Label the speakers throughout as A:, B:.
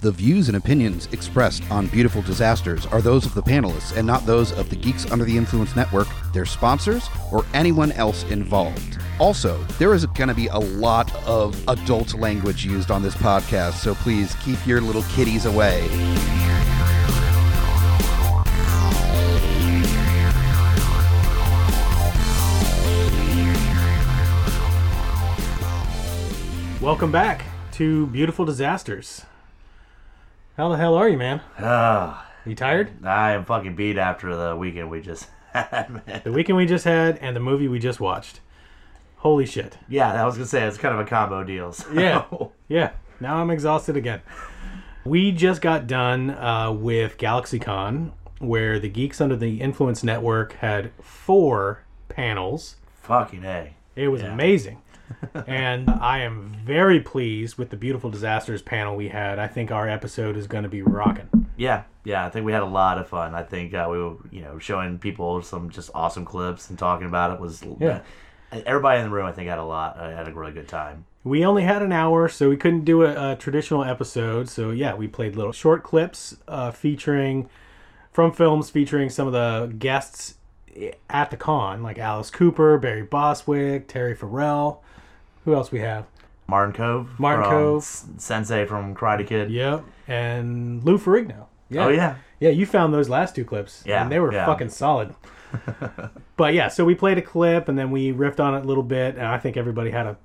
A: The views and opinions expressed on Beautiful Disasters are those of the panelists and not those of the Geeks Under the Influence Network, their sponsors, or anyone else involved. Also, there is going to be a lot of adult language used on this podcast, so please keep your little kitties away.
B: Welcome back to Beautiful Disasters. How the hell are you, man?
C: Ah,
B: You tired?
C: I am fucking beat after the weekend we just had, man.
B: The weekend we just had and the movie we just watched. Holy shit.
C: Yeah, I was gonna say it's kind of a combo deal. so-
B: Yeah. Yeah. Now I'm exhausted again. We just got done uh, with GalaxyCon, where the Geeks Under the Influence Network had four panels.
C: fucking a.
B: It was amazing. and I am very pleased with the Beautiful Disasters panel we had. I think our episode is going to be rocking.
C: Yeah, yeah. I think we had a lot of fun. I think uh, we were, you know, showing people some just awesome clips and talking about it was.
B: Yeah.
C: Everybody in the room, I think, had a lot. I had a really good time.
B: We only had an hour, so we couldn't do a, a traditional episode. So yeah, we played little short clips uh, featuring from films featuring some of the guests eh, at the con, like Alice Cooper, Barry Boswick, Terry Farrell. Who else we have?
C: Martin Cove,
B: Martin
C: from
B: Cove.
C: S- Sensei from Karate Kid.
B: Yep, and Lou Ferrigno.
C: Oh yeah,
B: Yeah, you found those last two clips.
C: Yeah,
B: And they were
C: yeah.
B: fucking solid. but yeah, so we played a clip and then we riffed on it a little bit, and I think everybody had a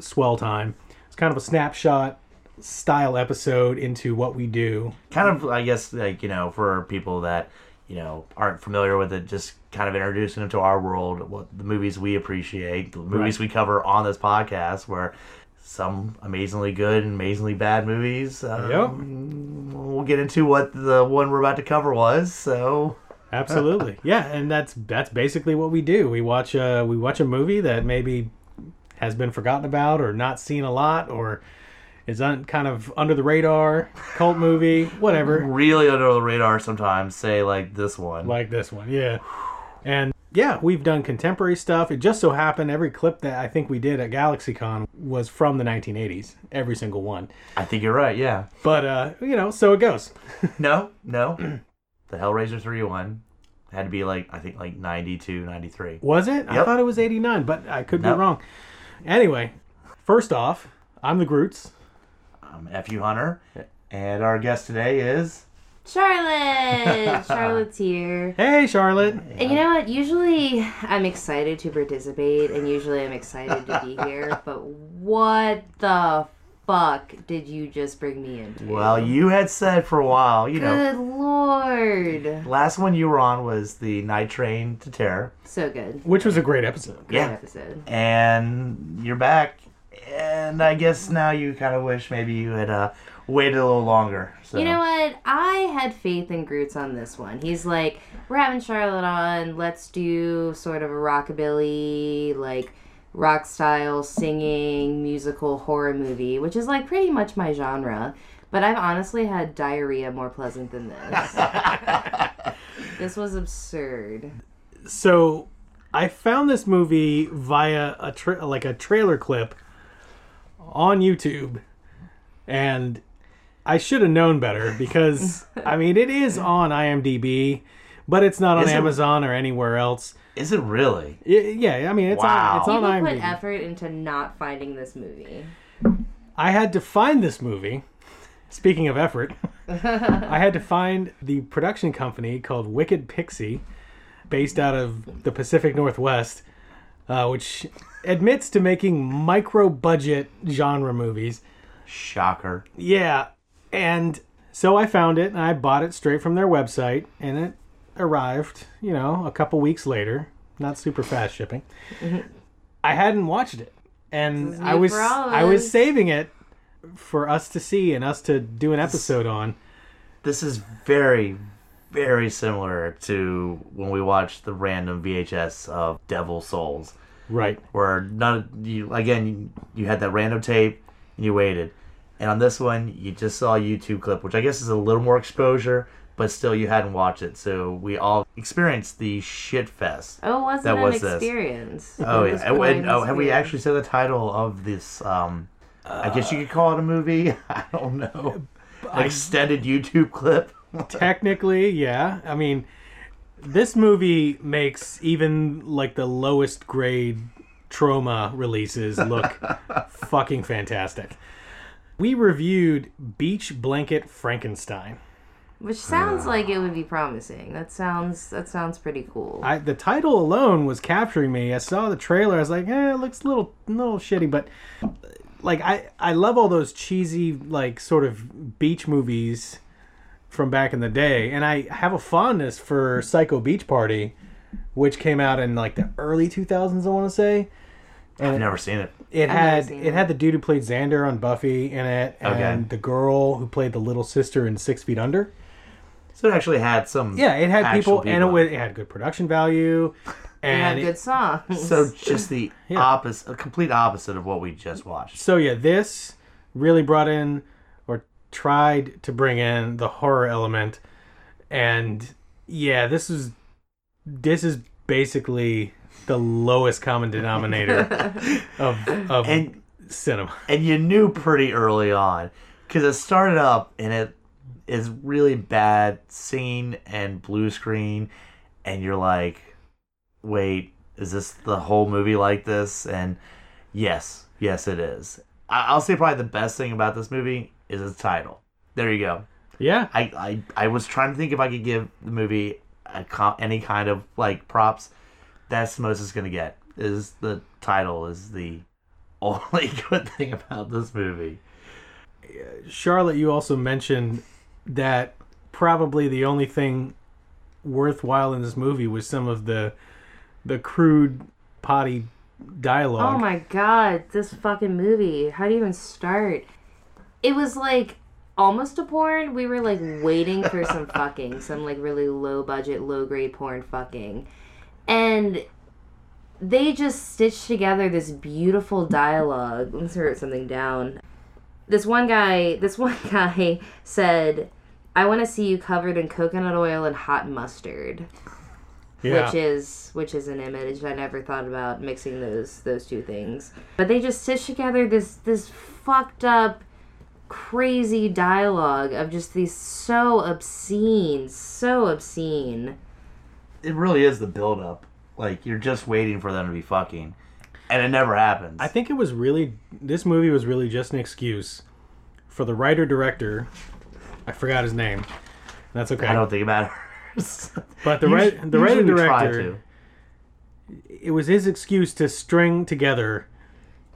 B: swell time. It's kind of a snapshot style episode into what we do.
C: kind of. I guess like you know, for people that you know aren't familiar with it, just kind of introducing them to our world, what the movies we appreciate, the movies we cover on this podcast, where some amazingly good and amazingly bad movies. Um, We'll get into what the one we're about to cover was. So
B: Absolutely. yeah, and that's that's basically what we do. We watch uh we watch a movie that maybe has been forgotten about or not seen a lot or is un- kind of under the radar, cult movie, whatever.
C: really under the radar sometimes. Say like this one.
B: like this one yeah and yeah we've done contemporary stuff it just so happened every clip that i think we did at galaxycon was from the 1980s every single one
C: I think you're right. Yeah.
B: but uh you know so it goes
C: No, no. the Hellraiser three one had to be like I think like 92, 93.
B: was it i
C: Yep.
B: thought it was 89 but i could
C: Nope.
B: be wrong anyway first off i'm the groots
C: I'm F.U. Hunter, and our guest today is.
D: Charlotte! Charlotte's here.
B: hey charlotte
D: And you know what? Usually I'm excited to participate, and usually I'm excited to be here, but what the fuck did you just bring me into?
C: Well, you had said for a while, you know,
D: Good lord.
C: last one you were on was the Night Train to Terror.
D: So good.
B: which was a great episode
D: Great
C: Yeah.
D: episode.
C: and you're back. And I guess now you kind of wish maybe you had uh, waited a little longer. So.
D: You know what? I had faith in Groots on this one. He's like, we're having Charlotte on. Let's do sort of a rockabilly, like rock style singing musical horror movie, which is like pretty much my genre. But I've honestly had diarrhea more pleasant than this. this was absurd.
B: so I found this movie via a tra- like a trailer clip on YouTube, and I should have known better because I mean it is on IMDb, but it's not on
C: Is it-
B: Amazon or anywhere else.
C: Is it really?
B: Y- yeah, I mean it's
C: Wow.
B: on it's on
D: People
B: IMDb.
D: put effort into not finding this movie.
B: I had to find this movie. Speaking of effort, I had to find the production company called Wicked Pixie, based out of the Pacific Northwest, uh, which admits to making micro budget genre movies.
C: Shocker.
B: Yeah. And so I found it and I bought it straight from their website and it arrived, you know, a couple weeks later. Not super fast shipping. I hadn't watched it. And I
D: Mm-hmm. new
B: was
D: for all of
B: I was
D: us.
B: saving it for us to see and us to do an episode on.
C: This is very, very similar to when we watched the random VHS of Devil Souls,
B: Right.
C: where none you again you had that random tape and you waited, and on this one you just saw a YouTube clip, which I guess is a little more exposure, but still you hadn't watched it, so we all experienced the shit fest.
D: Oh, wasn't
C: That
D: an
C: was this.
D: experience.
C: Oh,
D: It was
C: yeah. And-
D: quite
C: and-
D: an
C: oh, have we
D: experience.
C: actually said the title of this? Um, I guess you could call it a movie. I don't know.
B: Uh,
C: an extended YouTube clip.
B: Technically, yeah. I mean, this movie makes even like the lowest grade trauma releases look fucking fantastic. We reviewed Beach Blanket Frankenstein.
D: Which sounds like it would be promising. That sounds that sounds pretty cool.
B: I, the title alone was capturing me. I saw the trailer. I was like, eh, it looks a little, little shitty, but like I, I love all those cheesy like sort of beach movies from back in the day, and I have a fondness for Psycho Beach Party, which came out in like the early two thousands. I want to say
C: I've never seen it.
B: it
D: never
B: had
D: seen
B: it had the dude who played Xander on Buffy in it,
C: Okay.
B: and the girl who played the little sister in Six Feet Under.
C: So it actually had some.
B: Yeah, it had
C: actual
B: people, and it, wa- it had good production value.
D: They have
B: And
D: good songs.
C: So just the
B: Yeah.
C: opposite, a complete opposite of what we just watched.
B: So yeah, this really brought in or tried to bring in the horror element, and yeah, this is this is basically the lowest common denominator of of
C: And
B: cinema.
C: and you knew pretty early on because it started up and it is really bad singing and blue screen and you're like wait is this the whole movie like this and yes yes it is I- i'll say probably the best thing about this movie is its title there you go
B: Yeah,
C: I, I, I was trying to think if I could give the movie a co any kind of like props. That's the most it's gonna get. Is the title is the only good thing about this movie.
B: Charlotte, you also mentioned that probably the only thing worthwhile in this movie was some of the the crude potty dialogue.
D: Oh my god, this fucking movie. How do you even start? It was like almost a porn. We were like waiting for some fucking, some like really low budget, low grade porn fucking. And they just stitched together this beautiful dialogue. Let's write something down. This one guy, this one guy said, "I want to see you covered in coconut oil and hot mustard."
B: yeah.
D: which is which is an image I never thought about mixing those those two things. But they just stitch together this this fucked up crazy dialogue of just these so obscene, so obscene.
C: It really is the build up. Like you're just waiting for them to be fucking, and it never happens.
B: I think it was really this movie was really just an excuse for the writer director. I forgot his name. That's okay.
C: I don't think it matters.
B: but the
C: Usu-
B: right the writer
C: usually we try
B: director it was his excuse to string together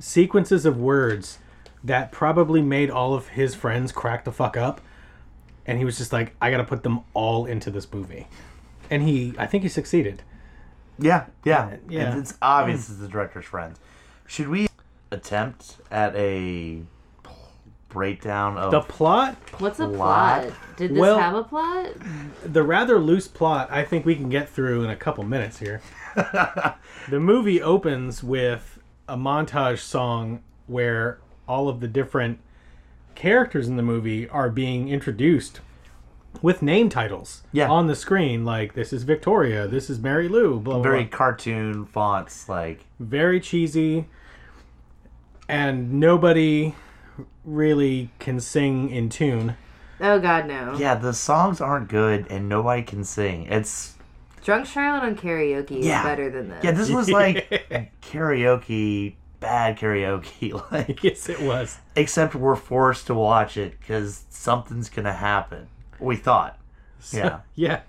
B: sequences of words that probably made all of his friends crack the fuck up and he was just like I got to put them all into this movie. And he I think he succeeded.
C: Yeah, yeah,
B: yeah.
C: It's, it's obvious it's the director's friends. Should we attempt at a breakdown of
B: The plot
D: What's a
C: Plot?
D: plot? Did this
B: Well-
D: have a plot?
B: the rather loose plot I think we can get through in a couple minutes here. the movie opens with a montage song where all of the different characters in the movie are being introduced with name titles
C: Yeah.
B: on the screen like this is Victoria, this is Mary Lou, blah blah
C: very
B: blah.
C: cartoon fonts like
B: very cheesy and nobody really can sing in tune.
D: Oh god no.
C: yeah the songs aren't good and nobody can sing it's
D: Drunk Charlotte on karaoke is
C: Yeah.
D: better than this.
C: yeah this was like karaoke bad karaoke like
B: Yes it was.
C: except we're forced to watch it because something's gonna happen we thought yeah
B: Yeah.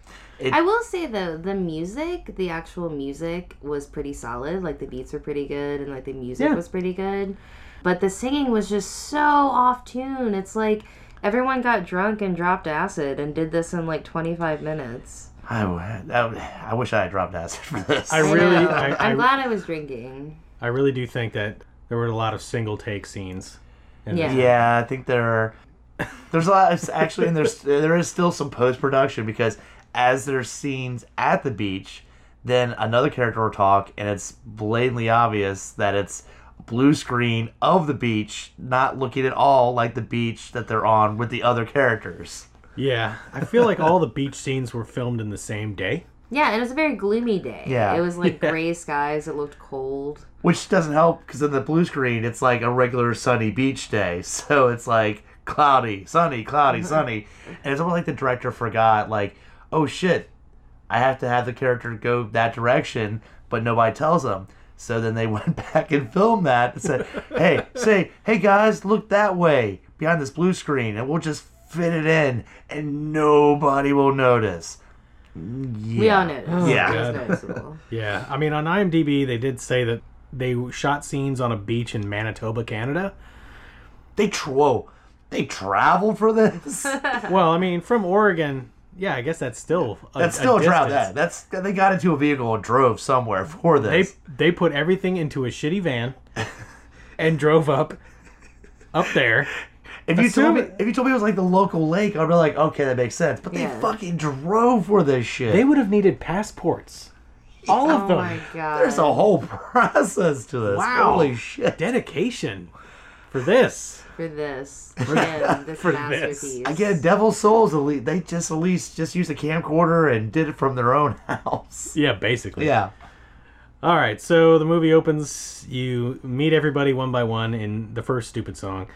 D: I will say though, the music, the actual music was pretty solid. Like the beats were pretty good and like the music
B: Yeah.
D: was pretty good. But the singing was just so off tune. It's like everyone got drunk and dropped acid and did this in like 25 minutes.
C: I, w- I, I wish i had dropped acid for this
B: I
D: I
B: really
D: know.
B: I, I
D: uh, I'm glad I was drinking.
B: I really do think that there were a lot of single take scenes. And
D: Yeah.
C: Yeah, I think there are. There's a lot. It's actually, and there's there is still some post production because as there's scenes at the beach, then another character will talk, and it's blatantly obvious that it's blue screen of the beach, not looking at all like the beach that they're on with the other characters.
B: Yeah, I feel like all the beach scenes were filmed in the same day.
D: Yeah, and it was a very gloomy day.
C: Yeah.
D: It was like gray skies. It looked cold.
C: Which doesn't help because in the blue screen, it's like a regular sunny beach day. So it's like cloudy, sunny, cloudy, sunny. And it's almost like the director forgot, like, oh shit, I have to have the character go that direction, but nobody tells them. So then they went back and filmed that and said, hey, say, hey guys, look that way behind this blue screen, and we'll just fit it in, and nobody will notice. Mm, Yeah.
D: We all noticed.
C: Yeah.
D: It was
B: God.
D: noticeable.
B: Yeah, I mean, on IMDb, they did say that they shot scenes on a beach in Manitoba, Canada.
C: They tr- whoa, they traveled for this.
B: Well, I mean, from Oregon, yeah, I guess that's still a,
C: That's still
B: a
C: a travel.
B: distance.
C: That that's they got into a vehicle and drove somewhere for
B: They
C: this.
B: they put everything into a shitty van and drove up up there.
C: if you told me,
B: assume-
C: if you told me it was like the local lake, I'd be like, okay, that makes sense. But they
D: Yeah.
C: fucking drove for this shit.
B: They would have needed passports. All of
D: Oh
B: them.
D: my god.
C: There's a whole process to this.
B: Wow.
C: Holy shit.
B: Dedication for this.
D: for this. Again, this
B: For this.
D: masterpiece.
C: Again, Devil Souls elite. They just at least just used a camcorder and did it from their own house.
B: Yeah, basically.
C: Yeah.
B: All right, so the movie opens. You meet everybody one by one in the first stupid song.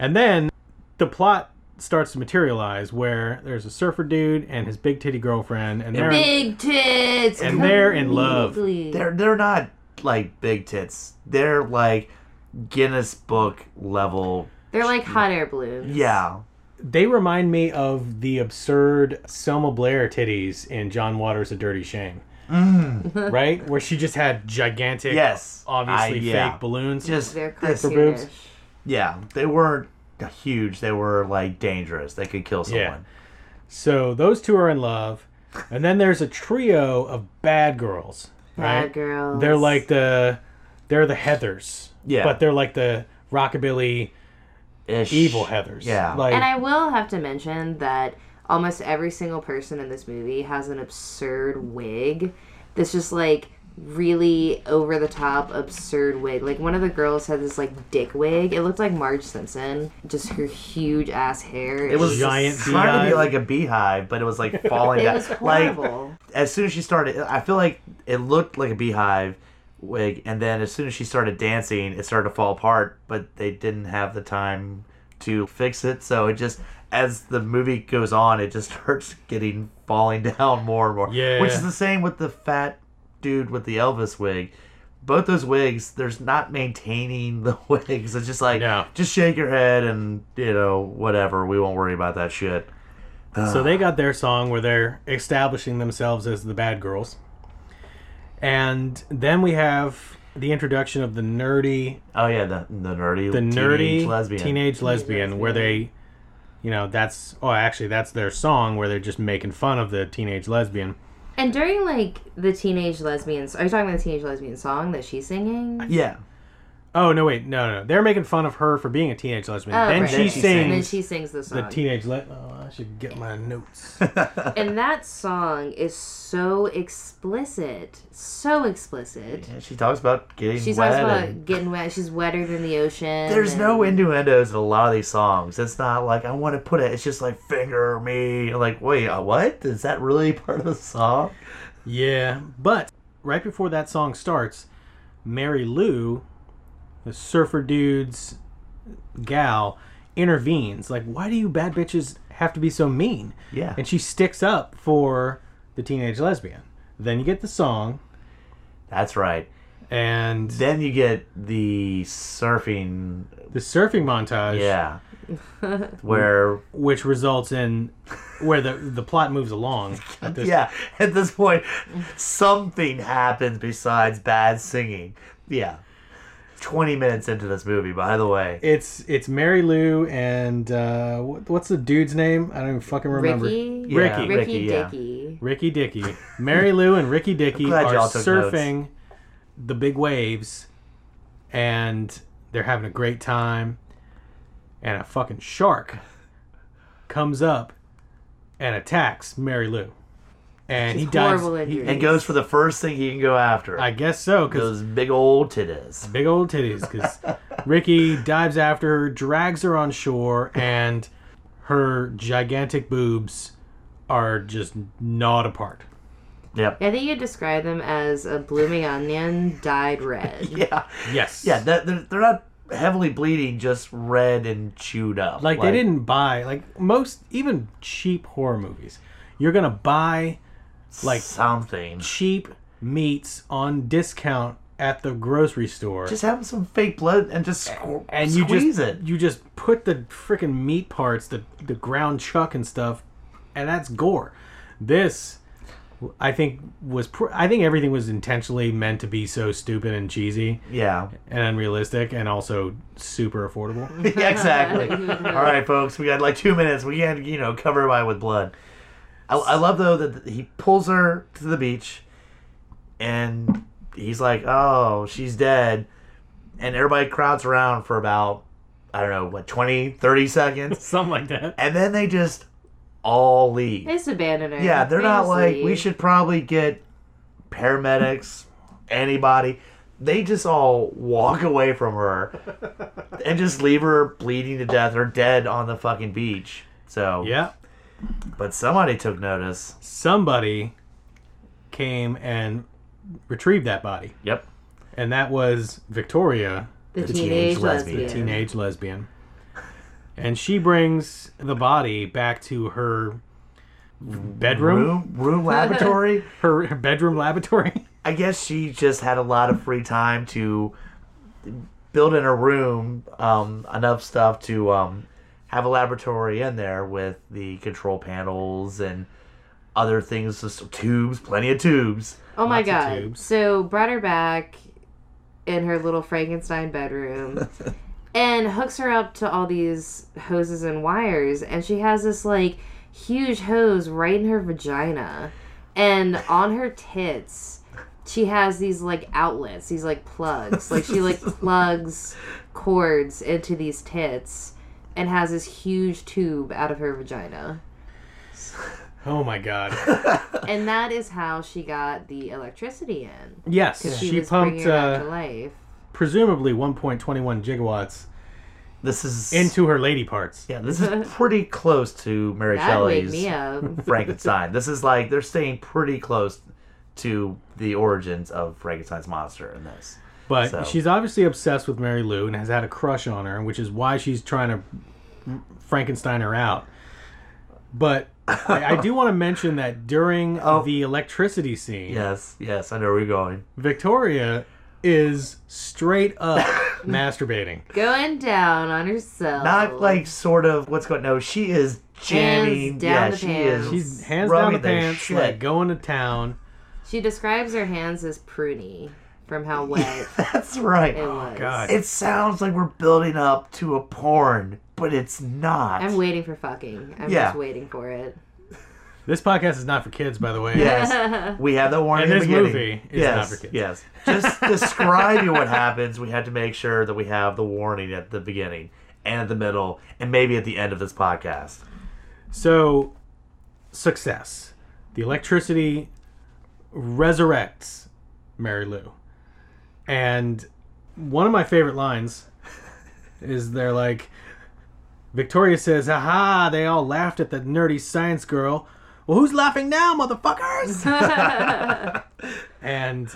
B: And then the plot starts to materialize where there's a surfer dude and his big titty girlfriend, and they're, in,
D: Big tits.
B: and they're in love.
D: completely.
C: They're they're not like big tits. They're like Guinness Book level.
D: They're like hot air balloons.
C: Yeah.
B: They remind me of the absurd Selma Blair titties in John Waters' A Dirty Shame. right? Where she just had gigantic,
C: Mm. Yes.
B: obviously
C: I- yeah.
B: fake balloons.
C: Just
D: They're
C: this-
B: boobs.
D: cartoonish.
C: Yeah, they weren't huge. They were like dangerous. They could kill someone.
B: Yeah. So those two are in love. And then there's a trio of bad girls.
D: Bad
B: right?
D: girls.
B: They're like the they're the Heathers.
C: Yeah.
B: But they're like the rockabilly
C: Ish.
B: evil Heathers.
C: Yeah.
B: Like
D: And I will have to mention that almost every single person in this movie has an absurd wig. This just like really over the top absurd wig. Like one of the girls had this like dick wig. It looked like Marge Simpson. Just her huge ass hair.
C: it was
B: Giant
C: trying to be
B: beehive.
C: like a beehive, but it was like falling
D: It
C: down.
D: was
C: Like
D: horrible.
C: as soon as she started, I feel like it looked like a beehive wig, and then as soon as she started dancing, it started to fall apart. But they didn't have the time to fix it, so it just as the movie goes on, it just starts getting falling down more and more.
B: Yeah.
C: which is the same with the fat dude with the Elvis wig. Both those wigs, there's not maintaining the wigs. It's just like,
B: No.
C: just shake your head and you know whatever. We won't worry about that shit.
B: so they got their song where they're establishing themselves as the bad girls. And then we have the introduction of the nerdy
C: Oh yeah, the the nerdy
B: the nerdy
C: teenage lesbian.
B: teenage lesbian where they you know, that's oh actually that's their song where they're just making fun of the teenage lesbian.
D: And during like the teenage lesbians, are you talking about the teenage lesbian song that she's singing?
C: Yeah.
B: Oh no wait, no no. They're making fun of her for being a teenage lesbian.
D: Oh,
B: then,
D: right.
B: she
D: Then
C: she
B: sings
D: And then she sings the
B: the
D: song.
B: teenage le- oh, I should get my notes.
D: and that song is so explicit. So explicit.
C: Yeah, she talks about getting
D: She
C: wet.
D: talks about
C: and-
D: getting wet. She's wetter than the ocean.
C: there's
D: and-
C: no innuendos in a lot of these songs. It's not like I want to put it. It's just like finger me. You're like wait, uh, what? Is that really part of the song?
B: yeah, but right before that song starts, Mary Lou, the surfer dude's gal, intervenes. Like, why do you bad bitches have to be so mean?
C: Yeah.
B: And she sticks up for the teenage lesbian. Then you get the song,
C: That's right.
B: and
C: Then you get the surfing.
B: the surfing montage,
C: Yeah. Where
B: which results in where the the plot moves along. At this
C: yeah, at this point, something happens besides bad singing. Yeah. Twenty minutes into this movie, by the way.
B: It's it's Mary Lou and uh, what, what's the dude's name? I don't even fucking remember.
D: Ricky.
C: Yeah,
B: Ricky.
D: Ricky
C: Ricky, yeah.
D: Dicky.
B: Ricky Dicky. Mary Lou and Ricky Dicky
C: I'm glad
B: are
C: y'all took notes.
B: surfing the big waves, and they're having a great time. And a fucking shark comes up and attacks Mary Lou, and he
D: Just
B: dives.
D: horrible
B: he-
D: injury.
C: And goes for the first thing he can go after.
B: I guess so, because
C: those big old titties.
B: big old titties because Ricky dives after her, drags her on shore, and her gigantic boobs are just gnawed apart.
C: Yep.
D: I think you describe them as a blooming onion dyed red.
C: Yeah.
B: Yes.
C: Yeah. That, they're, they're not heavily bleeding, just red and chewed up.
B: Like, they didn't buy like most even cheap horror movies. You're gonna buy like
C: something.
B: cheap meats on discount at the grocery store,
C: Just have some fake blood and just squ-
B: and you
C: squeeze
B: just
C: it.
B: you just put the freaking meat parts, the the ground chuck and stuff, and that's gore. This. I think was pr- I think everything was intentionally meant to be so stupid and cheesy
C: Yeah.
B: and unrealistic and also super affordable.
C: Yeah, exactly. All right, folks, we got like two minutes. We can, you know, cover everybody with blood. I, I love though that he pulls her to the beach, and he's like, "Oh, she's dead," and everybody crowds around for about I don't know what 20, 30 seconds,
B: Something like that.
C: and then they just all leave.
D: They just abandon her.
C: Yeah, they're
D: They
C: not
D: just
C: like we
D: leave.
C: should probably get paramedics, anybody. They just all walk away from her and just leave her bleeding to death or dead on the fucking beach. So
B: Yeah.
C: but somebody took notice.
B: Somebody came and retrieved that body.
C: Yep.
B: And that was Victoria,
D: The,
C: teenage
D: teenage,
C: lesbian.
D: lesbian.
B: the teenage lesbian. And she brings the body back to her bedroom,
C: Room room laboratory.
B: her, her bedroom laboratory.
C: I guess she just had a lot of free time to build in her room um, enough stuff to um, have a laboratory in there with the control panels and other things, just tubes, plenty of tubes.
D: Oh my
B: Lots of
D: god.
B: tubes.
D: So brought her back in her little Frankenstein bedroom and hooks her up to all these hoses and wires and she has this like huge hose right in her vagina and on her tits she has these like outlets, these like plugs. Like she like plugs cords into these tits and has this huge tube out of her vagina.
B: Oh my god.
D: And that is how she got the electricity in.
B: Yes,
D: She,
B: she,
D: was
B: pumped
D: bringing it back to
B: uh,
D: life.
B: presumably 1.21 gigawatts
C: This is
B: into her lady parts.
C: yeah, this is pretty close to Mary
D: That wake me
C: Shelley's
D: up.
C: Frankenstein. This is like they're staying pretty close to the origins of Frankenstein's monster in this.
B: But
C: So-
B: she's obviously obsessed with Mary Lou and has had a crush on her, which is why she's trying to Frankenstein her out. But I, I do want to mention that during the electricity scene,
C: Yes, yes, I know where you're going.
B: Victoria is straight up masturbating.
D: Going down on herself.
C: not like sort of what's going no she is jamming
D: Oh. Hands down
C: yeah
D: the
C: she
D: pants.
C: is
B: She's hands down
C: rubbing
B: the pants,
C: shit.
B: like going to town.
D: she describes her hands as pruny from how wet
C: that's
D: it
C: right
D: was.
B: God.
C: it sounds like we're building up to a porn but it's not
D: I'm waiting for fucking. I'm
C: Yeah.
D: just waiting for it.
B: This podcast is not for kids, by the way.
C: yes we have the warning
B: And
C: in
B: this
C: the beginning.
B: movie is
C: yes
B: not for kids.
C: yes just describing what happens we had to make sure that we have the warning at the beginning and at the middle and maybe at the end of this podcast
B: So, success. The electricity resurrects Mary Lou. And one of my favorite lines is they're like, Victoria says, Aha, they all laughed at the nerdy science girl. Well, who's laughing now, motherfuckers? and.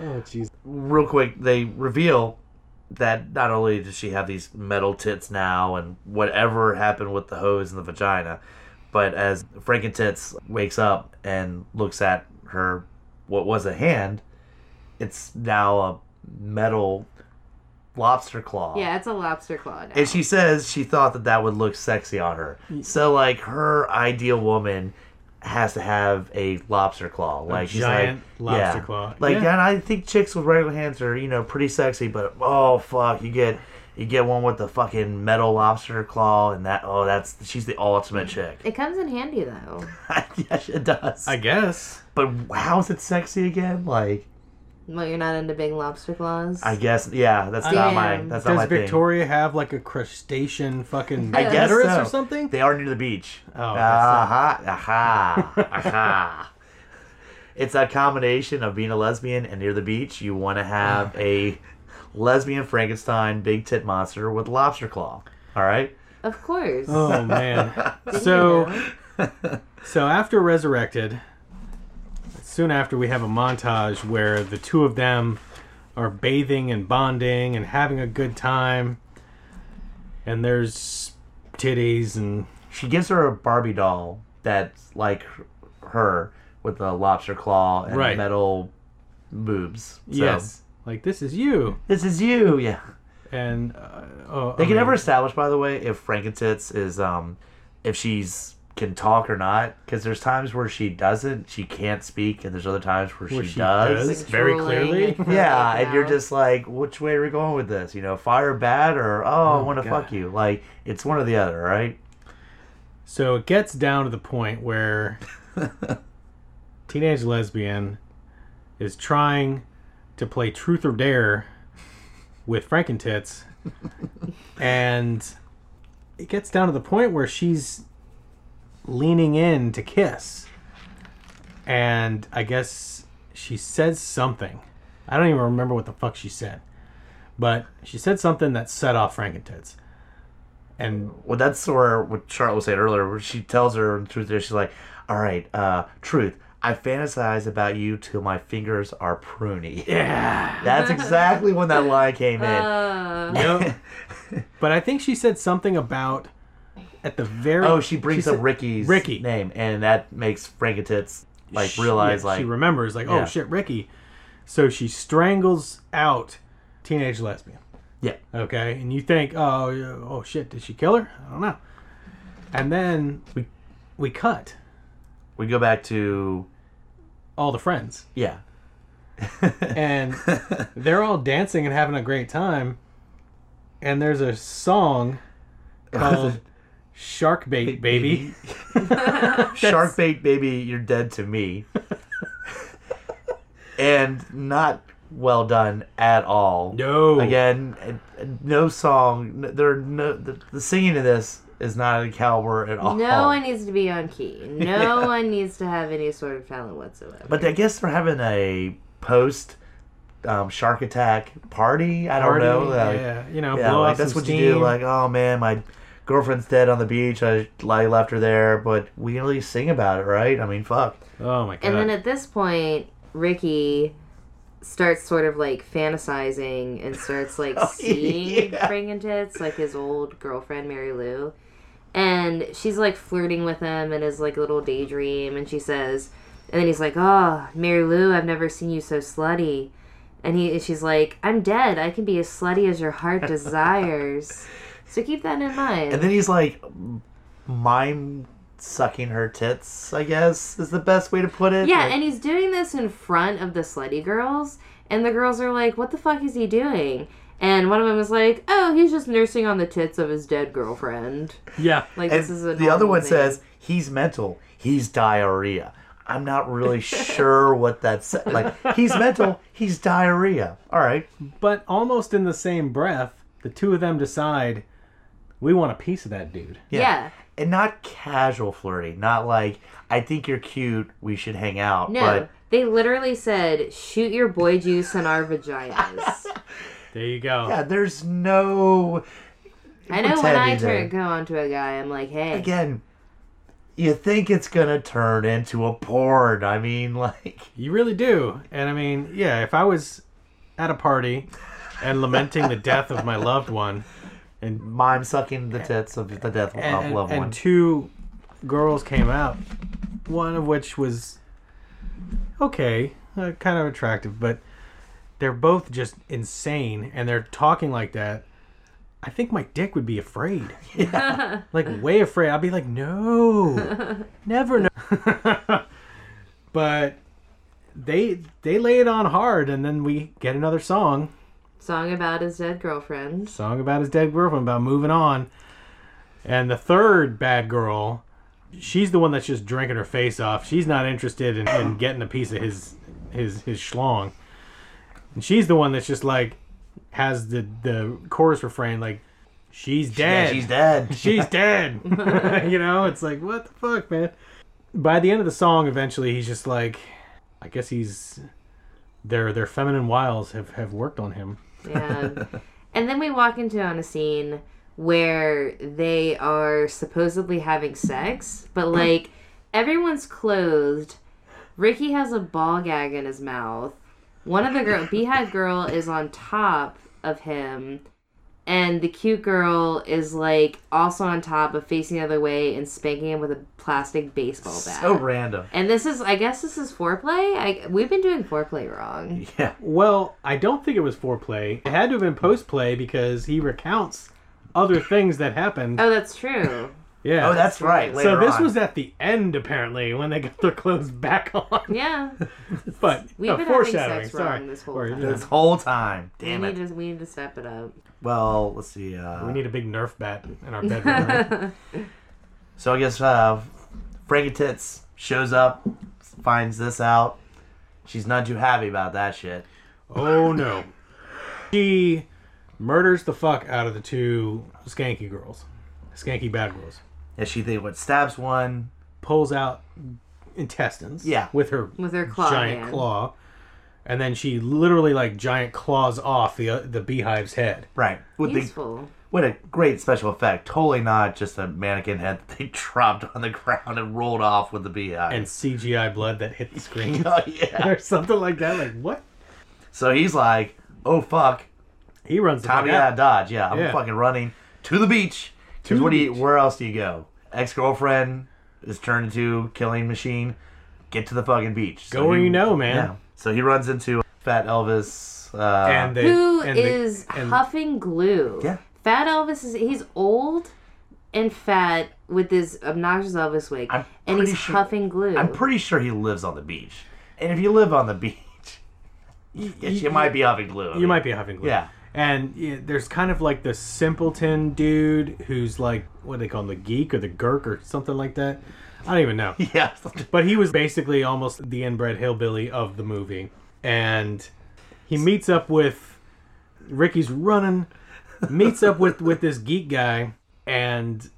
B: oh, jeez.
C: real quick, they reveal that not only does she have these metal tits now and whatever happened with the hose and the vagina, but as Franken Tits wakes up and looks at her, what was a hand, it's now a metal lobster claw.
D: Yeah, it's a lobster claw now.
C: And she says she thought that that would look sexy on her.
B: Mm.
C: So, like, her ideal woman has to have a lobster claw. Like, she's
B: giant
C: like,
B: lobster
C: yeah.
B: claw.
C: Like,
B: Yeah.
C: and I think chicks with regular hands are, you know, pretty sexy, but oh, fuck, you get. You get one with the fucking metal lobster claw, and that oh, that's she's the ultimate chick.
D: it comes in handy though.
C: yes, it does.
B: I guess.
C: but how's it sexy again? Like,
D: Well, you're not into big lobster claws.
C: I guess yeah, that's not my
D: Damn.
C: that's not
B: Does
C: my thing.
B: Victoria have like a crustacean fucking
C: I guess
B: uterus
C: so.
B: or something?
C: They are near the beach. Oh,
B: that's
C: aha, aha, aha. It's a combination of being a lesbian and near the beach. You want to have a lesbian Frankenstein big tit monster with lobster claw. All right.
D: of course.
B: Oh man.
D: Didn't
B: so
D: you know?
B: so after resurrected, soon after we have a montage where the two of them are bathing and bonding and having a good time. And there's titties and
C: She gives her a Barbie doll that's like her with the lobster claw and
B: Right.
C: metal boobs. So,
B: yes, like this is you.
C: This is you. Yeah.
B: And uh, oh,
C: They
B: I
C: can
B: mean,
C: never establish, by the way, if Frankentits is um, if she's can talk or not, because there's times where she doesn't, she can't speak, and there's other times where,
B: Where
C: she,
B: she
C: does.
B: does. It's very
D: Drooling
B: clearly-
D: and
C: Yeah,
D: freaking
C: and you're
D: out.
C: just like, which way are we going with this? You know, fire bad or oh, I want to fuck you. Like it's one or the other, right?
B: So it gets down to the point where teenage lesbian is trying to play truth or dare with Frankentits, and it gets down to the point where she's leaning in to kiss, and I guess she says something. I don't even remember what the fuck she said, but she said something that set off Frankentits, and
C: Well, that's where what Charlotte was saying earlier, where she tells her the truth. There, she's like, all right, uh, truth. I fantasize about you till my fingers are pruny. Yeah, that's exactly when that line came in.
D: Uh,
B: Yep. but I think she said something about at the very
C: Oh, she brings up
B: said-
C: Ricky's
B: Ricky.
C: name, and that makes Frankatits like
B: she-
C: realize
B: yeah,
C: like
B: she remembers like
C: Yeah.
B: oh shit Ricky, so she strangles out teenage lesbian.
C: yeah,
B: Okay, and you think oh yeah, oh shit did she kill her? I don't know. And then we we cut
C: we go back to
B: all the friends
C: yeah,
B: and they're all dancing and having a great time, and there's a song called Shark Bait Baby.
C: shark bait baby, you're dead to me, and not well done at all.
B: No.
C: again, uh, uh, no song. n- There, are no the, the singing of this is not a caliber at all.
D: no one needs to be on key. No one needs to have any sort of talent whatsoever.
C: But I guess they're having a post um, shark attack party. I don't know. like-
B: yeah, you know,
C: Yeah,
B: blow
C: like
B: off
C: that's
B: some
C: what you do.
B: steam.
C: Like, oh man, my girlfriend's dead on the beach. I, I left her there, but we can at least sing about it, right? I mean, fuck.
B: Oh my god.
D: And then at this point, Ricky starts sort of like fantasizing and starts
B: Oh,
D: like seeing
C: yeah.
D: Frangentits, like his old girlfriend Mary Lou. And she's like flirting with him in his like little daydream and she says and then he's like, Oh, Mary Lou, I've never seen you so slutty and he she's like, I'm dead, I can be as slutty as your heart desires. so keep that in mind.
C: And then he's like, mime sucking her tits. I guess is the best way to put it.
D: Yeah,
C: Like,
D: and he's doing this in front of the slutty girls, and the girls are like, "What the fuck is he doing?" And one of them is like, "Oh, he's just nursing on the tits of his dead girlfriend."
B: yeah.
D: Like
C: and
D: this is a
C: the other
D: normal
C: one
D: thing.
C: says he's mental. He's diarrhea. I'm not really sure what that's like. He's mental. He's diarrhea. All right.
B: But almost in the same breath, the two of them decide we want a piece of that dude.
D: "Yeah,
C: and not casual flirting, not like I think you're cute, we should hang out.
D: no."
C: but
D: They literally said, "Shoot your boy juice in our vaginas."
B: There you go.
C: yeah, there's no
D: I know when I
C: Pretending
D: turn
C: to-
D: go on to a guy, I'm like, "Hey,
C: again. You think it's gonna turn into a porn? I mean, like
B: You really do. And I mean, yeah, if I was at a party and lamenting the death of my loved one and
C: mime sucking the tits of the death of
B: and,
C: loved
B: and
C: one.
B: two girls came out, one of which was okay, uh, kind of attractive, but they're both just insane and they're talking like that. I think my dick would be afraid. like way afraid. I'd be like, "No. never no." but they they lay it on hard and then we get another song
D: song about his dead girlfriend."
B: song about his dead girlfriend, about moving on. And the third bad girl, she's the one that's just drinking her face off. She's not interested in, in getting a piece of his his his schlong. And she's the one that's just like has the the chorus refrain like she's
C: yeah,
B: dead.
C: she's dead.
B: She's dead. you know, it's like what the fuck, man. By the end of the song, eventually he's just like, I guess he's their their feminine wiles have have worked on him.
D: Yeah. and then we walk into on a scene where they are supposedly having sex, but like everyone's clothed. Ricky has a ball gag in his mouth. One of the girl, Beehive Girl, is on top of him, and the cute girl is like also on top, but facing the other way and spanking him with a plastic baseball bat.
C: So random.
D: and this is, I guess, this is foreplay. I we've been doing foreplay wrong.
C: Yeah.
B: Well, I don't think it was foreplay. It had to have been postplay because he recounts other things that happened.
D: Oh, that's true.
B: Yeah.
C: Oh, that's right. Later
B: so this
C: on.
B: was at the end, apparently, when they got their clothes back on.
D: Yeah,
B: But
D: We've
B: uh,
D: been having
B: foreshadowing.
D: sex
B: Sorry.
D: wrong this whole
B: Or, you
D: time.
B: know,
C: this whole time.
D: we
C: Damn
D: need
C: it.
D: to we need to step it up.
C: Well, let's see. Uh,
B: we need a big Nerf bat in our bedroom. right?
C: so I guess uh, Frankie Tits shows up, finds this out. She's not too happy about that shit.
B: oh no. She murders the fuck out of the two skanky girls, skanky bad girls.
C: And she think what stabs one.
B: Pulls out intestines.
C: Yeah.
B: With her
D: With her claw
B: giant
D: hand.
B: claw, and then she literally like giant claws off the uh, the beehive's head.
C: Right. With the
D: Useful.
C: What a great special effect. Totally not just a mannequin head that they dropped on the ground and rolled off with the beehive.
B: and CGI blood that hit the screen
C: oh, yeah.
B: or something like that. Like what?
C: So he's like, oh, fuck.
B: He runs the
C: Tommy
B: fuck
C: out
B: out.
C: of Dodge. Yeah, I'm
B: Yeah.
C: fucking running to the beach. 'Cause
B: the
C: what do you,
B: beach.
C: where else do you go? Ex girlfriend is turned into killing machine. Get to the fucking beach.
B: Go where
C: he-
B: you know, man.
C: Yeah. So he runs into Fat Elvis. Uh,
B: And the,
D: Who
B: and the-
D: is
B: and-
D: huffing glue?
C: Yeah.
D: Fat Elvis is he's old and fat with this obnoxious Elvis wig,
C: I'm
D: and he's
C: pretty sure-
D: huffing glue.
C: I'm pretty sure he lives on the beach. And if you live on the beach, yes, you, might be having glue. I
B: you
C: mean,
B: might be having glue.
C: Yeah.
B: And yeah, there's kind of like the simpleton dude who's like what do they call him, the geek or the gurk or something like that. I don't even know.
C: Yeah.
B: But he was basically almost the inbred hillbilly of the movie. And he meets up with Ricky's running, meets up with, with this geek guy, and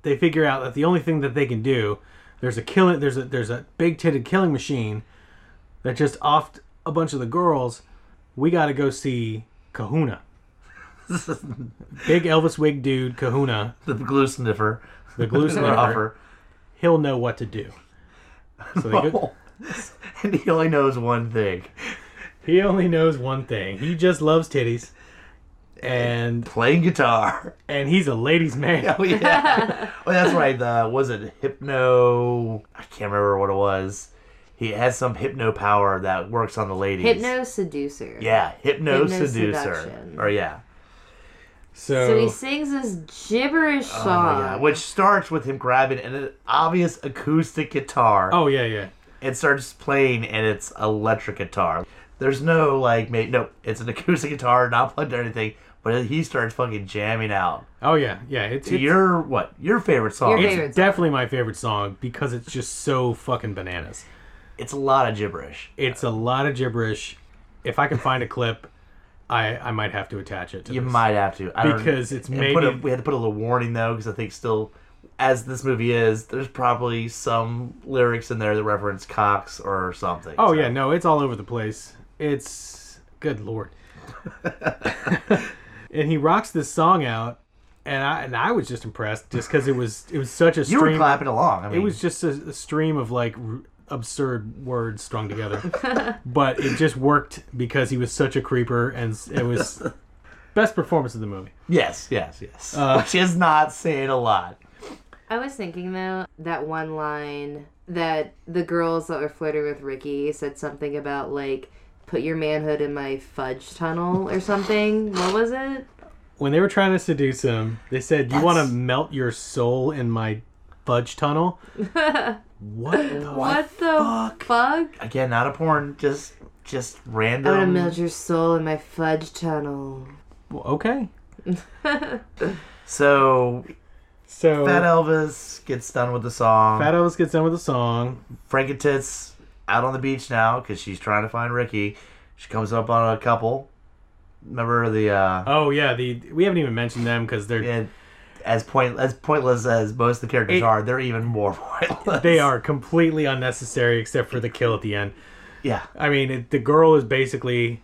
B: they figure out that the only thing that they can do there's a killing there's a there's a big titted killing machine that just offed a bunch of the girls. We gotta go see Kahuna. Big Elvis wig dude, Kahuna,
C: the glue sniffer.
B: the glue sniffer.
C: Offer.
B: He'll know what to do. So they go,
C: Oh. and he only knows one thing
B: He only knows one thing. He just loves titties. And
C: playing guitar.
B: and he's a ladies man.
C: Oh yeah. oh, that's right. The was it hypno? I can't remember what it was. He has some hypno power that works on the ladies.
D: Hypno seducer.
C: Yeah, hypno
D: Hypno
C: seducer.
D: seduction.
C: Or yeah.
B: So,
D: So he sings this gibberish
C: Oh
D: song.
C: yeah, which starts with him grabbing an obvious acoustic guitar
B: Oh yeah, yeah.
C: and starts playing, and it's electric guitar. There's no like, ma- no, it's an acoustic guitar, not plugged or anything. But he starts fucking jamming out.
B: Oh yeah, yeah. It's
C: to
B: it's,
C: your what your favorite song.
D: Your
B: it's
D: favorite song.
B: definitely my favorite song because it's just so fucking bananas.
C: It's a lot of gibberish.
B: It's a lot of gibberish. If I can find a clip, I I might have to attach it to
C: You
B: this.
C: might have to I don't-
B: Because it's
C: and put a-
B: maybe-
C: we had to put a little warning though because I think still as this movie is there's probably some lyrics in there that reference Cox or something.
B: Oh
C: so.
B: yeah, no, it's all over the place. It's good lord. and he rocks this song out, and I and I was just impressed just because it was it was such a
C: you were
B: stream.
C: clapping along. I mean,
B: It was just a, a stream of like r- absurd words strung together, but it just worked because he was such a creeper, and s- it was best performance of the movie.
C: yes, yes, yes.
B: Uh,
C: Which is not saying a lot.
D: I was thinking though that one line that the girls that were flirting with Ricky said something about like put your manhood in my fudge tunnel or something. What was it?
B: When they were trying to seduce him, they said, "You want to melt your soul in my fudge tunnel." what? The
D: What, the fuck?
C: Again, not a porn. Just just
D: I'm gonna
C: random.
D: melt your soul in my fudge tunnel.
B: Well, okay.
C: so
B: So
C: Fat Elvis gets done with the song.
B: Fat Elvis gets done with a song.
C: Frank and Tits out on the beach now because she's trying to find Ricky. She comes up on a couple. Remember the uh,
B: Oh yeah, the we haven't even mentioned them because they're
C: and as point as pointless as most of the characters
B: It-
C: are, they're even more pointless.
B: they are completely unnecessary except for the kill at the end.
C: Yeah,
B: I mean, it, the girl is basically,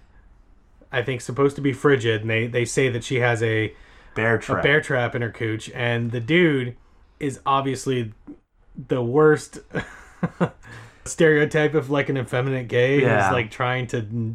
B: I think, supposed to be frigid, and they they say that she has a
C: bear trap.
B: bear trap in her cooch, and the dude is obviously the worst stereotype of like an effeminate gay
C: Yeah.
B: who's like trying to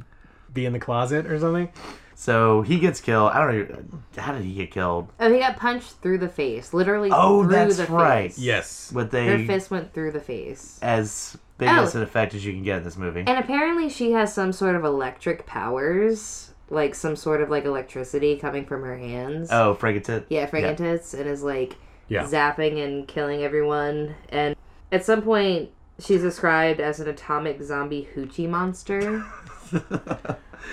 B: be in the closet or something.
C: So he gets killed. I don't know. How did he get killed?
D: Oh, he got punched through the face, literally.
C: Oh,
D: through
C: that's
D: the
C: right.
D: Face.
B: Yes.
C: With
D: Her
C: a
D: fist went through the face.
C: as big
D: Oh.
C: as an effect as you can get in this movie.
D: And apparently she has some sort of electric powers, like some sort of like electricity coming from her hands.
C: Oh, Frigate.
D: Yeah, Frigantits, and is like
B: Yeah.
D: zapping and killing everyone. And at some point, she's described as an atomic zombie hoochie monster.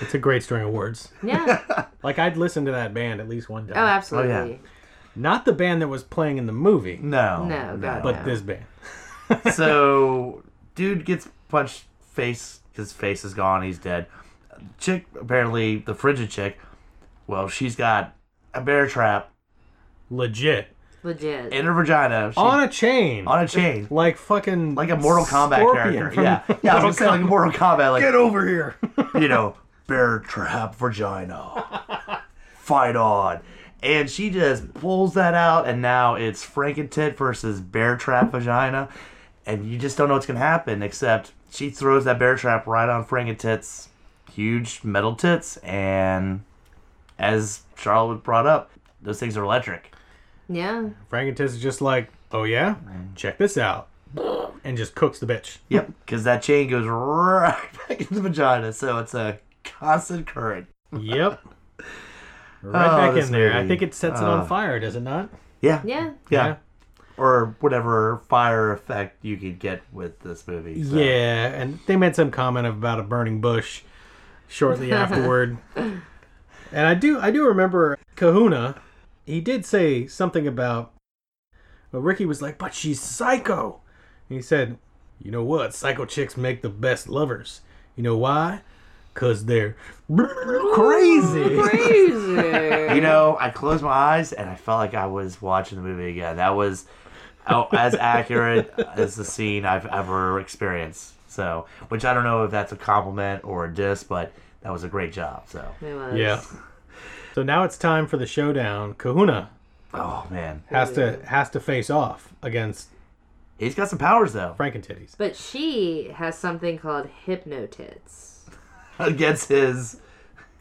B: It's a great string of words.
D: Yeah.
B: Like I'd listen to that band at least one time.
D: Oh, absolutely.
B: Not the band that was playing in the movie,
C: No.
D: No, God,
B: but
D: no.
B: this band.
C: so dude gets punched face his face is gone he's dead chick apparently the frigid chick well she's got a bear trap
B: Legit.
D: Legit.
C: in her vagina she,
B: On a chain.
C: on a chain
B: like fucking
C: like a mortal kombat
B: Scorpion
C: character
B: from
C: yeah yeah i was gonna say like a
B: Mortal
C: mortal kombat
B: Kombat.
C: like
B: Get over here.
C: you know bear trap vagina fight on and she just pulls that out and now it's frankentit versus bear trap vagina and you just don't know what's gonna happen except she throws that bear trap right on frankentit's huge metal tits and as charlotte brought up those things are electric
D: yeah.
B: Frankentis is just like, oh yeah, check this out, and just cooks the bitch.
C: yep because that chain goes right back into the vagina so it's a constant current
B: Yep. Right
C: Oh,
B: back
C: this
B: in there. I
C: movie.
B: think it sets it on
C: Oh.
B: fire, does it not?
C: yeah
D: Yeah.
C: yeah. or whatever fire effect you could get with this movie. so.
B: Yeah, and they made some comment about a burning bush shortly afterward. And I do I do remember Kahuna, he did say something about well, Ricky was like, "But she's psycho." And he said, "You know what? Psycho chicks make the best lovers. You know why? Cuz they're crazy."
D: Crazy.
C: You know, I closed my eyes and I felt like I was watching the movie again. That was oh, as accurate as the scene I've ever experienced. So, which I don't know if that's a compliment or a diss, but that was a great job. So,
D: It was.
B: yeah. So now it's time for the showdown. Kahuna
C: oh man,
B: has to has to face off against
C: he's got some powers though
B: Frankentitties.
D: But she has something called hypnotits.
C: against his.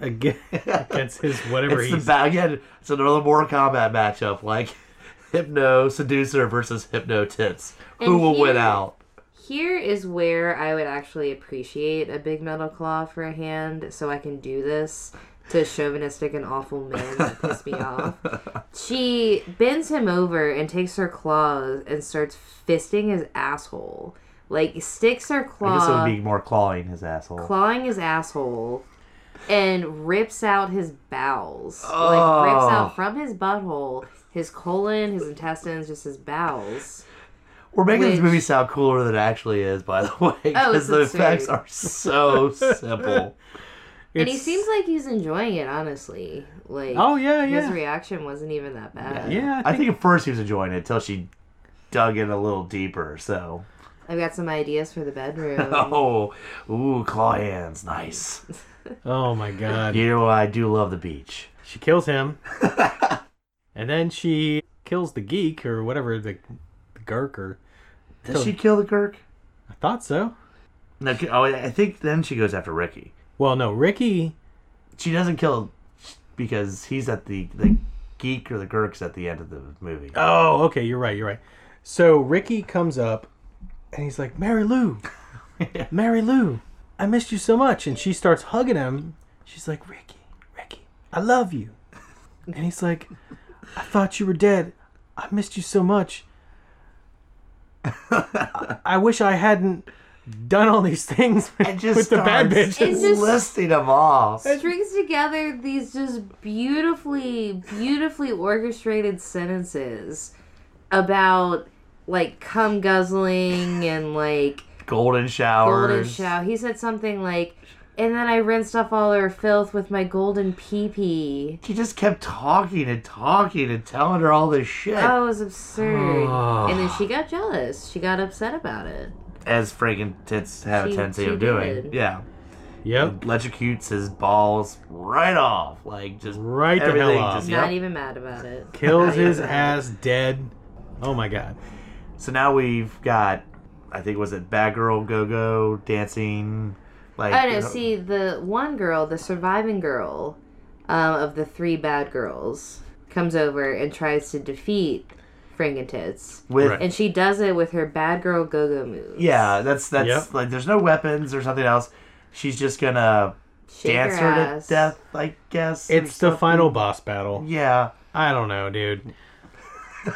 B: Again, against his whatever
C: It's the
B: he's
C: ba- again. It's another Mortal Kombat matchup, like Hypno Seducer versus Hypno Tits. Who
D: And
C: will win
D: here-
C: out?
D: Here is where I would actually appreciate a big metal claw for a hand so I can do this to chauvinistic and awful men that piss me off. She bends him over and takes her claws and starts fisting his asshole. Like, sticks
C: I
D: her
C: guess it would
D: claw,
C: be more clawing his asshole.
D: clawing his asshole, and rips out his bowels. Like, rips
C: Oh.
D: out from his butthole, his colon, his intestines, just his bowels.
C: We're making this
D: Which- Oh,
C: movie sound cooler than it actually is, by the way, because
D: it's
C: the
D: absurd.
C: effects are so simple.
D: And he
B: It's-
D: seems like he's enjoying it, honestly. Like,
B: Oh yeah,
D: His
B: yeah,
D: reaction wasn't even that bad.
B: yeah. I
C: I
B: think,
C: think at first he was enjoying it until she dug in a little deeper. So,
D: I've got some ideas for the bedroom.
C: oh, ooh, claw hands, nice.
B: Oh my god,
C: You know, I do love the beach.
B: she kills him, and then she kills the geek or whatever the, the Gurk or
C: Did she kill the Kirk?
B: I thought so.
C: No, ki- oh, I think then she goes after Ricky.
B: Well, no, Ricky.
C: She doesn't kill because he's at the the geek or the Kirk's at the end of the movie.
B: Oh, okay, you're right, you're right. So Ricky comes up, and he's like, "Mary Lou, Mary Lou, I missed you so much," and she starts hugging him. She's like, "Ricky, Ricky, I love you," and he's like, "I thought you were dead. I missed you so much. I, I wish I hadn't." Done all these things with,
C: It just
B: with the bad
C: starts
B: bitch.
D: It's just-
C: listing them off.
D: Strings together these just beautifully, beautifully orchestrated sentences about like cum guzzling and like
C: Golden showers.
D: golden shower. He said something like, and then I rinsed off all her filth with my golden pee pee.
C: He just kept talking and talking and telling her all this shit.
D: Oh, it was absurd. and then she got jealous. She got upset about it.
C: As friggin' tits have a
D: She-
C: tendency
D: she
C: of doing.
D: did.
C: Yeah.
B: Yep.
C: Electrocutes his balls right off. Like, just.
B: Right the hell
C: everything
B: off.
C: just-
D: Not
C: yep.
D: even mad about it.
B: Kills his ass dead. Oh my god.
C: So now we've got, I think, was it Bad Girl Go Go dancing Like,
D: Oh no!
C: you know-
D: See, the one girl, the surviving girl um, of the three bad girls, comes over and tries to defeat Frangentits,
C: with
B: Right.
D: and she does it with her bad girl go-go moves.
C: yeah, that's that's
B: Yep.
C: like there's no weapons or something else. She's just gonna
D: Shake
C: dance her,
D: ass.
C: to death, I guess. or
B: It's the
C: something.
B: final boss battle.
C: Yeah,
B: I don't know, dude.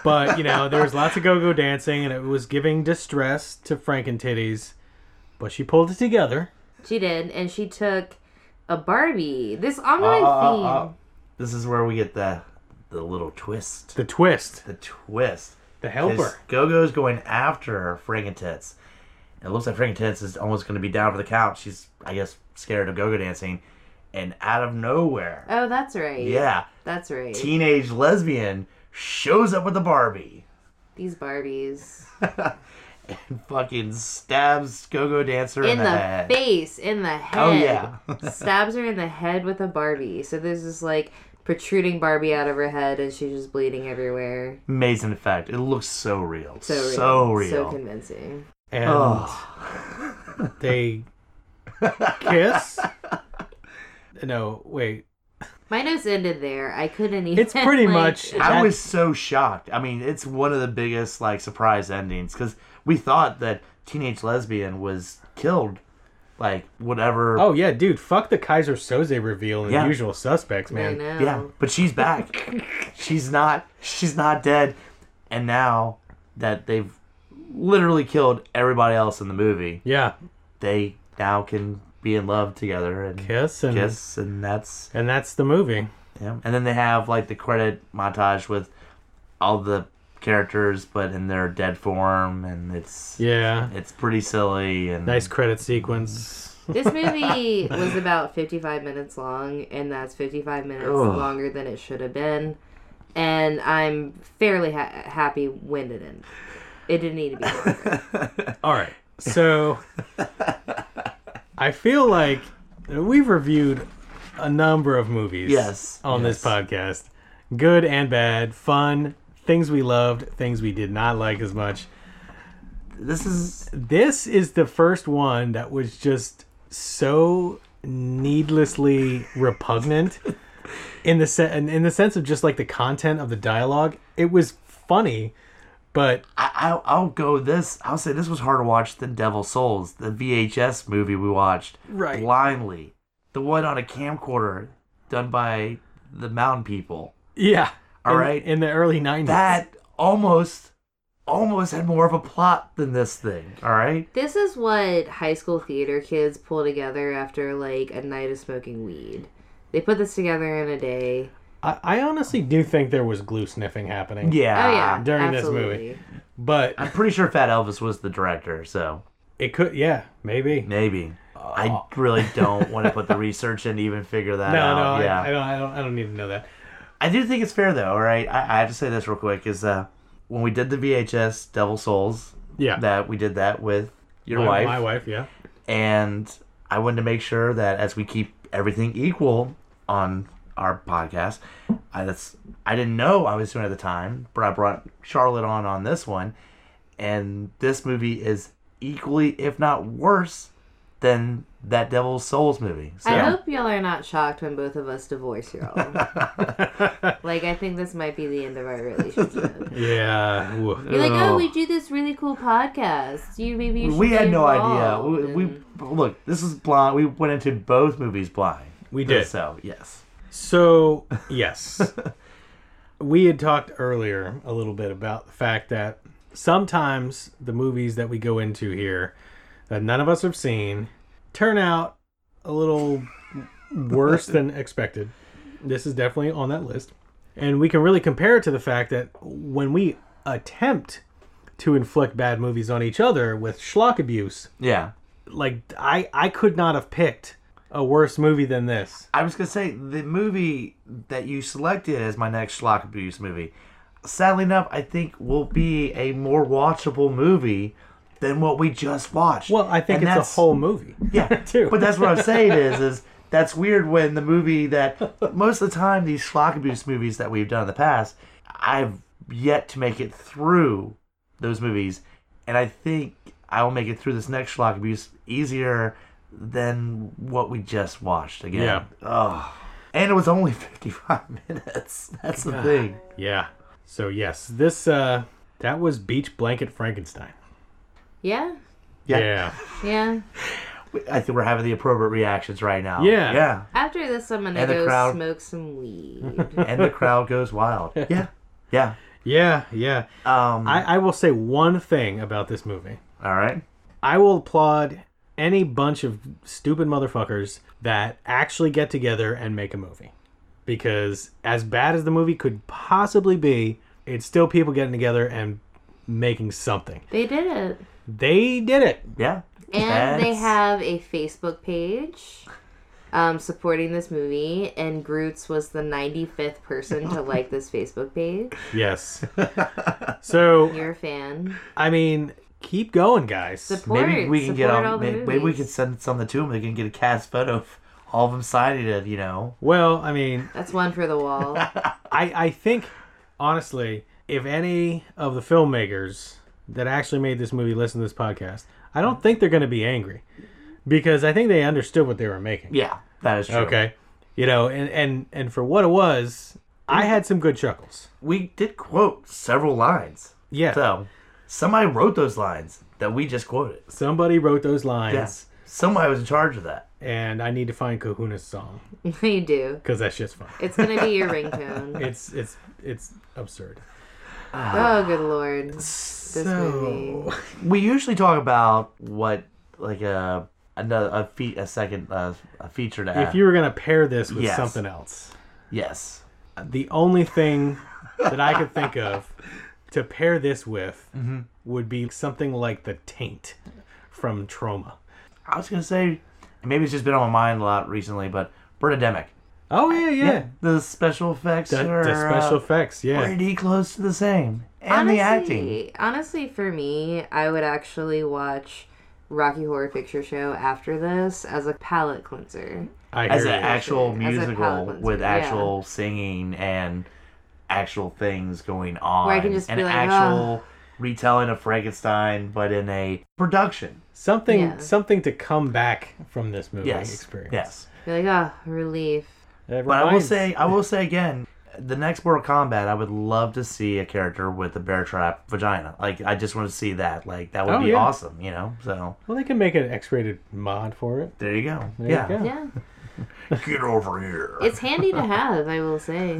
B: But you know, there was lots of go-go dancing, and it was giving distress to Frank and Titties. But she pulled it together.
D: She did, and she took a Barbie. This ongoing
C: Uh, uh,
D: theme.
C: uh, this is where we get the the little twist.
B: The twist,
C: The twist.
B: the helper.
C: Go Go's going after Frangentits. And it looks like Frangentits is almost going to be down for the count. She's, I guess, scared of Go Go dancing. And out of nowhere,
D: Oh, that's right.
C: yeah,
D: that's right.
C: teenage lesbian shows up with a Barbie
D: These Barbies
C: and fucking stabs Go Go dancer in,
D: in
C: the,
D: the
C: head.
D: face, in the head.
C: Oh, yeah.
D: stabs her in the head with a Barbie. So there's this like protruding Barbie out of her head, and she's just bleeding everywhere.
C: Amazing effect. It looks so real.
D: So real. So
C: real.
D: convincing.
B: And
C: Oh.
B: they kiss. No, wait.
D: My notes ended there. I couldn't even.
B: It's pretty
D: like-
B: much.
C: I
B: that-
C: was so shocked. I mean, it's one of the biggest like surprise endings because we thought that teenage lesbian was killed, like whatever.
B: Oh yeah, dude. Fuck the Kaiser Soze reveal and
C: Yeah.
B: the Usual Suspects,
D: I
B: man.
D: know.
C: yeah, but she's back. she's not. She's not dead. And now that they've literally killed everybody else in the movie,
B: Yeah,
C: they now can be in love together and
B: kiss and
C: kiss, and that's
B: and that's the movie.
C: Yeah. And then they have like the credit montage with all the characters, but in their dead form, and it's
B: Yeah,
C: it's pretty silly and
B: nice credit sequence.
D: This movie was about 55 minutes long, and that's 55 minutes
C: Ugh.
D: longer than it should have been. And I'm fairly ha- happy when it ended. It didn't need to be. longer.
B: All right, so I feel like we've reviewed a number of movies.
C: Yes,
B: on this
C: yes.
B: podcast, good and bad, fun, things we loved, things we did not like as much.
C: This is
B: this is the first one that was just so needlessly repugnant in the se- in in the sense of just like the content of the dialogue it was funny but
C: I, I I'll go this. I'll say this was harder to watch than Devil Souls, the VHS movie we watched
B: Right.
C: blindly, the one on a camcorder done by the Mountain People.
B: yeah
C: All
B: in,
C: right.
B: in the early 90s
C: That almost almost had more of a plot than this thing. All right.
D: this is what high school theater kids pull together after like a night of smoking weed. They put this together in a day.
B: I, I honestly do think there was glue sniffing happening
C: Yeah.
D: Oh yeah,
B: during this
D: absolutely.
B: movie. but
C: I'm pretty sure Fat Elvis was the director, so
B: it could yeah maybe
C: Maybe. I really don't want to put the research in to even figure that
B: Oh. no
C: out.
B: no
C: yeah.
B: I, I don't i don't i don't need to know that
C: I do think it's fair though, all right? I, I have to say this real quick is uh when we did the VHS Devil Souls,
B: yeah
C: that we did that with your
B: my,
C: wife.
B: my wife yeah
C: And I wanted to make sure that as we keep everything equal on our podcast, I that's I didn't know I was doing it at the time, but I brought Charlotte on on this one, and this movie is equally, if not worse, than that Devil's Souls movie. So
D: I hope y'all are not shocked when both of us divorce y'all. like I think this might be the end of our relationship.
B: yeah Ooh.
D: You're like, oh,
C: Ugh.
D: we do this really cool podcast. You maybe you should
C: we
D: be
C: had no idea.
D: involved,"
C: We, we
D: and-
C: look, this is blind. We went into both movies blind.
B: We did.
C: So yes,
B: So, yes. we had talked earlier a little bit about the fact that sometimes the movies that we go into here that none of us have seen turn out a little worse than expected. This is definitely on that list. And we can really compare it to the fact that when we attempt to inflict bad movies on each other with schlock abuse,
C: yeah.
B: like I I could not have picked a worse movie than this.
C: I was gonna say the movie that you selected as my next schlock abuse movie. Sadly enough, I think will be a more watchable movie than what we just watched.
B: Well, I think
C: And
B: it's
C: that's-
B: a whole movie.
C: yeah
B: too.
C: But that's what I'm saying is is that's weird when the movie that most of the time these schlock abuse movies that we've done in the past, I've yet to make it through those movies, and I think I will make it through this next schlock abuse easier than what we just watched again.
B: Yeah.
C: Oh. And it was only 55 minutes. That's the thing.
B: Yeah. So yes, this uh that was Beach Blanket Frankenstein.
D: Yeah.
C: Yeah.
B: Yeah.
D: Yeah.
C: We- I think we're having the appropriate reactions right now.
B: Yeah.
C: Yeah.
D: After this, I'm gonna
C: And the
D: go
C: crowd.
D: smoke some weed.
C: And the crowd goes wild. Yeah. Yeah.
B: Yeah, yeah.
C: Um,
B: I, I will say one thing about this movie.
C: all right.
B: I will applaud any bunch of stupid motherfuckers that actually get together and make a movie. Because as bad as the movie could possibly be, it's still people getting together and making something.
D: they did it,
B: They did it.
C: Yeah.
D: and they
C: That's-
D: have a Facebook page. Um, supporting this movie, and Groots was the 95th person to like this Facebook page.
B: Yes. so,
D: You're a fan.
B: I mean, keep going, guys.
D: Support.
C: maybe we can get
D: support
C: all,
D: the
C: may- maybe we
D: movies.
C: can send something to them. They can get a cast photo of all of them signing it, you know.
B: Well, I mean,
D: That's one for the wall.
B: I, I think, honestly, if any of the filmmakers that actually made this movie listen to this podcast, I don't think they're going to be angry because I think they understood what they were making.
C: Yeah. That is true.
B: Okay. You know, and, and, and for what it was, I had some good chuckles.
C: We did quote several lines.
B: Yeah.
C: So somebody wrote those lines that we just quoted.
B: Somebody wrote those lines,
C: Yes. Somebody was in charge of that.
B: and I need to find Kahuna's song
D: you do.
B: because that shit's fun.
D: It's gonna be your ringtone.
B: It's it's it's absurd.
D: Oh, good lord. movie.
B: So
C: We usually talk about what like a another a feat a second uh, a feature to add.
B: if you were gonna pair this with
C: Yes.
B: something else,
C: yes.
B: the only thing that I could think of to pair this with
C: Mm-hmm.
B: would be something like the taint from Trauma.
C: I was gonna say maybe it's just been on my mind a lot recently, but Birdemic.
B: Oh yeah, yeah.
C: The special effects
B: The, the
C: are
B: special
C: uh,
B: effects, yeah.
C: pretty close to the same. And the acting.
D: Honestly, for me, I would actually watch Rocky Horror Picture Show after this as a palate cleanser.
B: I hear
C: As
B: you.
C: an actual
D: As a
C: musical
D: palate cleanser,
C: with
D: yeah.
C: actual singing and actual things going on.
D: Where I can just
C: an
D: be like,
C: actual retelling of Frankenstein but in a production.
B: something
D: Yeah.
B: something to come back from this movie
C: Yes.
B: experience.
C: Yes.
D: You're like, oh, relief.
B: It
C: But I will
B: reminds-
C: say, I will say again, the next Mortal Kombat, I would love to see a character with a bear trap vagina. Like, I just want to see that. Like, that would
B: Oh,
C: be
B: yeah.
C: awesome, you know? So,
B: well, they can make an X-rated mod for it.
C: there you go.
B: There you
C: yeah.
B: go.
D: Yeah.
C: Get over here.
D: It's handy to have, I will say.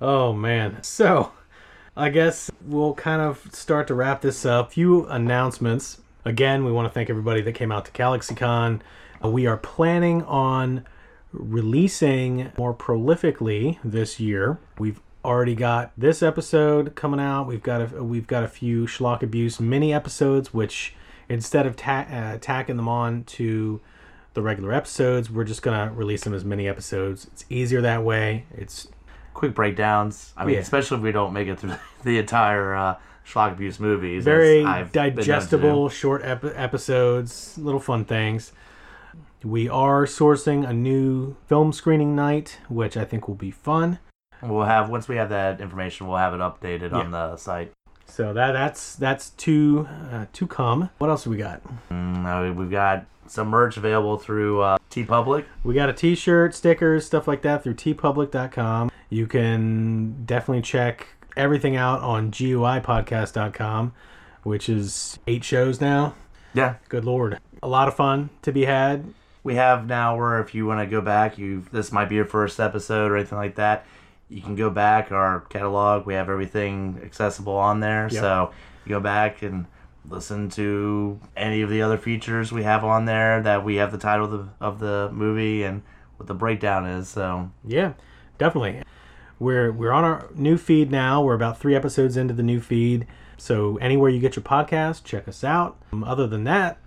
B: Oh man. So, I guess we'll kind of start to wrap this up. Few announcements. Again, we want to thank everybody that came out to GalaxyCon. Uh, we are planning on releasing more prolifically this year. We've already got this episode coming out. We've got a we've got a few schlock abuse mini episodes, which instead of ta- uh, tacking them on to the regular episodes, we're just gonna release them as mini episodes. It's easier that way. It's
C: Quick breakdowns. I mean,
B: Yeah.
C: especially if we don't make it through the entire uh, Schlock Abuse movies. as
B: very
C: I've been known to do.
B: digestible short ep- episodes little fun things we are sourcing a new film screening night which i think will be fun
C: We'll have, once we have that information, we'll have it updated on the site.
B: so that that's that's to uh, to come what else we got
C: Mm, uh, we've got some merch available through uh, T Public.
B: we got a t-shirt stickers stuff like that through tpublic.com you can definitely check everything out on guipodcast.com which is eight shows now
C: Yeah.
B: good lord a lot of fun to be had
C: we have now where if you want to go back you this might be your first episode or anything like that you can go back our catalog we have everything accessible on there so you go back and listen to any of the other features we have on there that we have the title of the, of the movie and what the breakdown is so
B: Yeah, definitely. We're we're on our new feed now. We're about three episodes into the new feed. So anywhere you get your podcast, check us out. Um, other than that,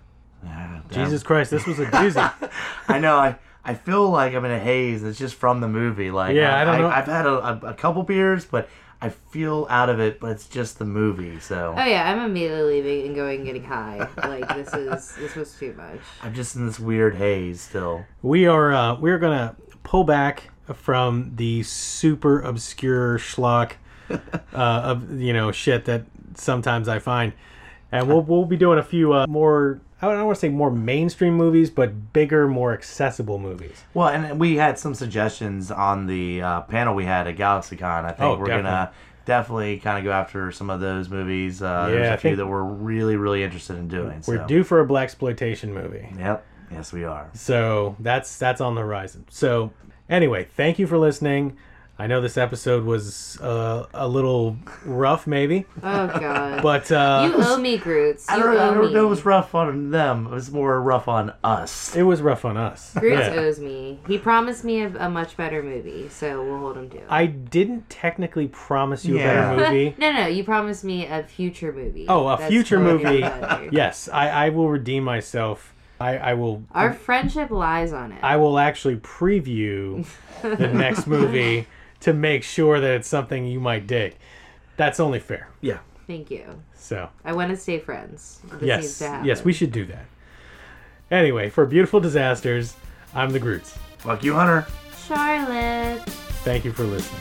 B: Jesus Christ, this was a doozy.
C: i know i I feel like I'm in a haze. It's just from the movie. Like,
B: Yeah, I don't know.
C: have had a, a, a couple beers, but I feel out of it. But it's just the movie. So
D: Oh yeah, I'm immediately leaving and going and getting high. Like this is this was too much.
C: I'm just in this weird haze still.
B: we are uh, we're gonna pull back from the super obscure schlock uh, of you know shit that sometimes I find, And we'll we'll be doing a few uh, more. I don't want to say more mainstream movies, but bigger, more accessible movies.
C: Well, and we had some suggestions on the uh, panel we had at GalaxyCon. I think
B: Oh,
C: we're
B: definitely.
C: gonna definitely kind of go after some of those movies. Uh,
B: Yeah,
C: there's
B: I
C: a few
B: think-
C: that we're really, really interested in doing.
B: We're
C: so.
B: due for a black exploitation movie,
C: Yep. Yes, we are.
B: so that's that's on the horizon. So anyway, thank you for listening. I know this episode was uh, a little rough, maybe,
D: Oh god.
B: but uh,
D: you owe me, Groots.
C: I
D: You
C: don't,
D: owe
C: I don't
D: me.
C: know. It was rough on them. It was more rough on us.
B: it was rough on us.
D: Groots
B: Yeah.
D: owes me. He promised me a, a much better movie, so we'll hold him to it.
B: I didn't technically promise you a better
C: Yeah.
B: movie.
D: no, no, you promised me a future movie.
B: Oh, a
D: That's
B: future
D: totally
B: movie.
D: better.
B: yes, I, I will redeem myself. I, I will
D: Our friendship lies on it.
B: I will actually preview the next movie to make sure that it's something you might dig. That's only fair.
C: Yeah.
D: Thank you.
B: So
D: I want to stay friends. This needs
B: yes,
D: to happen.
B: yes, we should do that. Anyway, for beautiful disasters, I'm the Groots.
C: Fuck you, Hunter.
D: Charlotte.
B: Thank you for listening.